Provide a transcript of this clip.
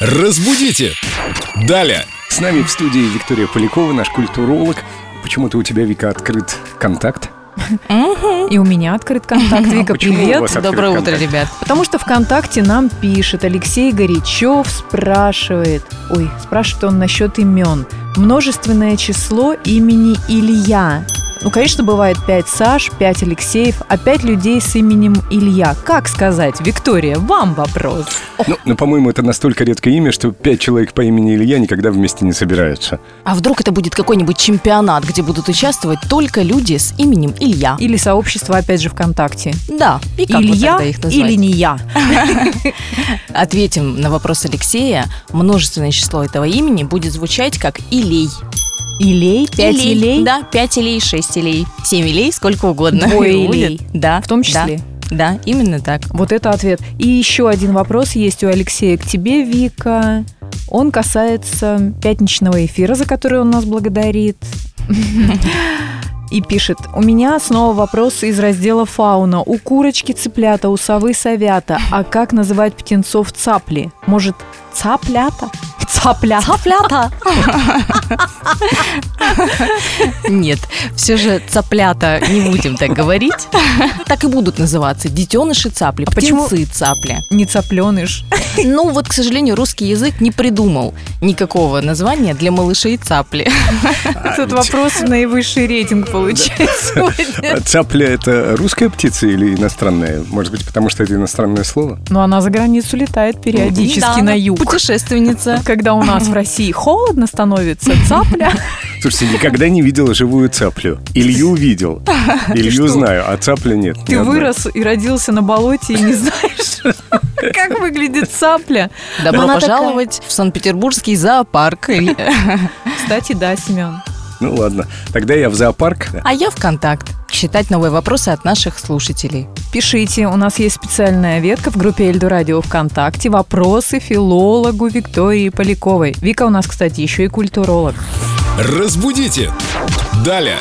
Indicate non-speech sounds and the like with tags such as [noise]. Разбудите! Далее! С нами в студии Виктория Полякова, наш культуролог. Почему-то у тебя, Вика, открыт контакт. И у меня открыт контакт. Вика, Почему у привет. вас открыт Доброе утро, контакт? ребят. Потому что ВКонтакте нам пишет Алексей Горячев, спрашивает, ой, спрашивает он насчет имен. Множественное число имени Илья. Ну, конечно, бывает 5 Саш, 5 Алексеев, а 5 людей с именем Илья. Как сказать? Виктория, вам вопрос. Ну, ну, по-моему, это настолько редкое имя, что пять человек по имени Илья никогда вместе не собираются. А вдруг это будет какой-нибудь чемпионат, где будут участвовать только люди с именем Илья? Или сообщество, опять же, ВКонтакте. Да, и как вот Илья тогда их назвать? или не я? Ответим на вопрос Алексея. Множественное число этого имени будет звучать как Илей. Илей? Пять Илей, Илей? Да, пять Илей, шесть Илей, семь Илей, сколько угодно. Двое [laughs] Будет. Илей. Да. В том числе? Да, да, именно так. Вот это ответ. И еще один вопрос есть у Алексея к тебе, Вика. Он касается пятничного эфира, за который он нас благодарит. [laughs] И пишет, у меня снова вопрос из раздела «Фауна». У курочки цыплята, у совы совята. А как называть птенцов цапли? Может, цаплята? Цаплята. Цаплята! Нет, все же цаплята не будем так [laughs] говорить. Так и будут называться детеныши цапли, А почему- птенцы цапли. Не цапленыш. Ну вот, к сожалению, русский язык не придумал никакого названия для малышей цапли. Тут вопрос наивысший рейтинг получается. А Цапля – это русская птица или иностранная? Может быть, потому что это иностранное слово? Но она за границу летает [laughs] периодически Да, на юг. Путешественница. Когда у нас в России холодно становится, цапля. Слушайте, никогда не видел живую цаплю. Илью [laughs] видел. Илью знаю, а цапля нет. ни Ты одной. вырос и родился на болоте и не знаешь, как выглядит цапля. Добро Она такая. пожаловать в [laughs] Санкт-Петербургский зоопарк. Кстати, да, Семен. Ну ладно, тогда я в зоопарк. А я ВКонтакт. Читать новые вопросы от наших слушателей. Пишите, у нас есть специальная ветка в группе Эльду Радио ВКонтакте. Вопросы филологу Виктории Поляковой. Вика у нас, кстати, еще и культуролог. Разбудите! Далее!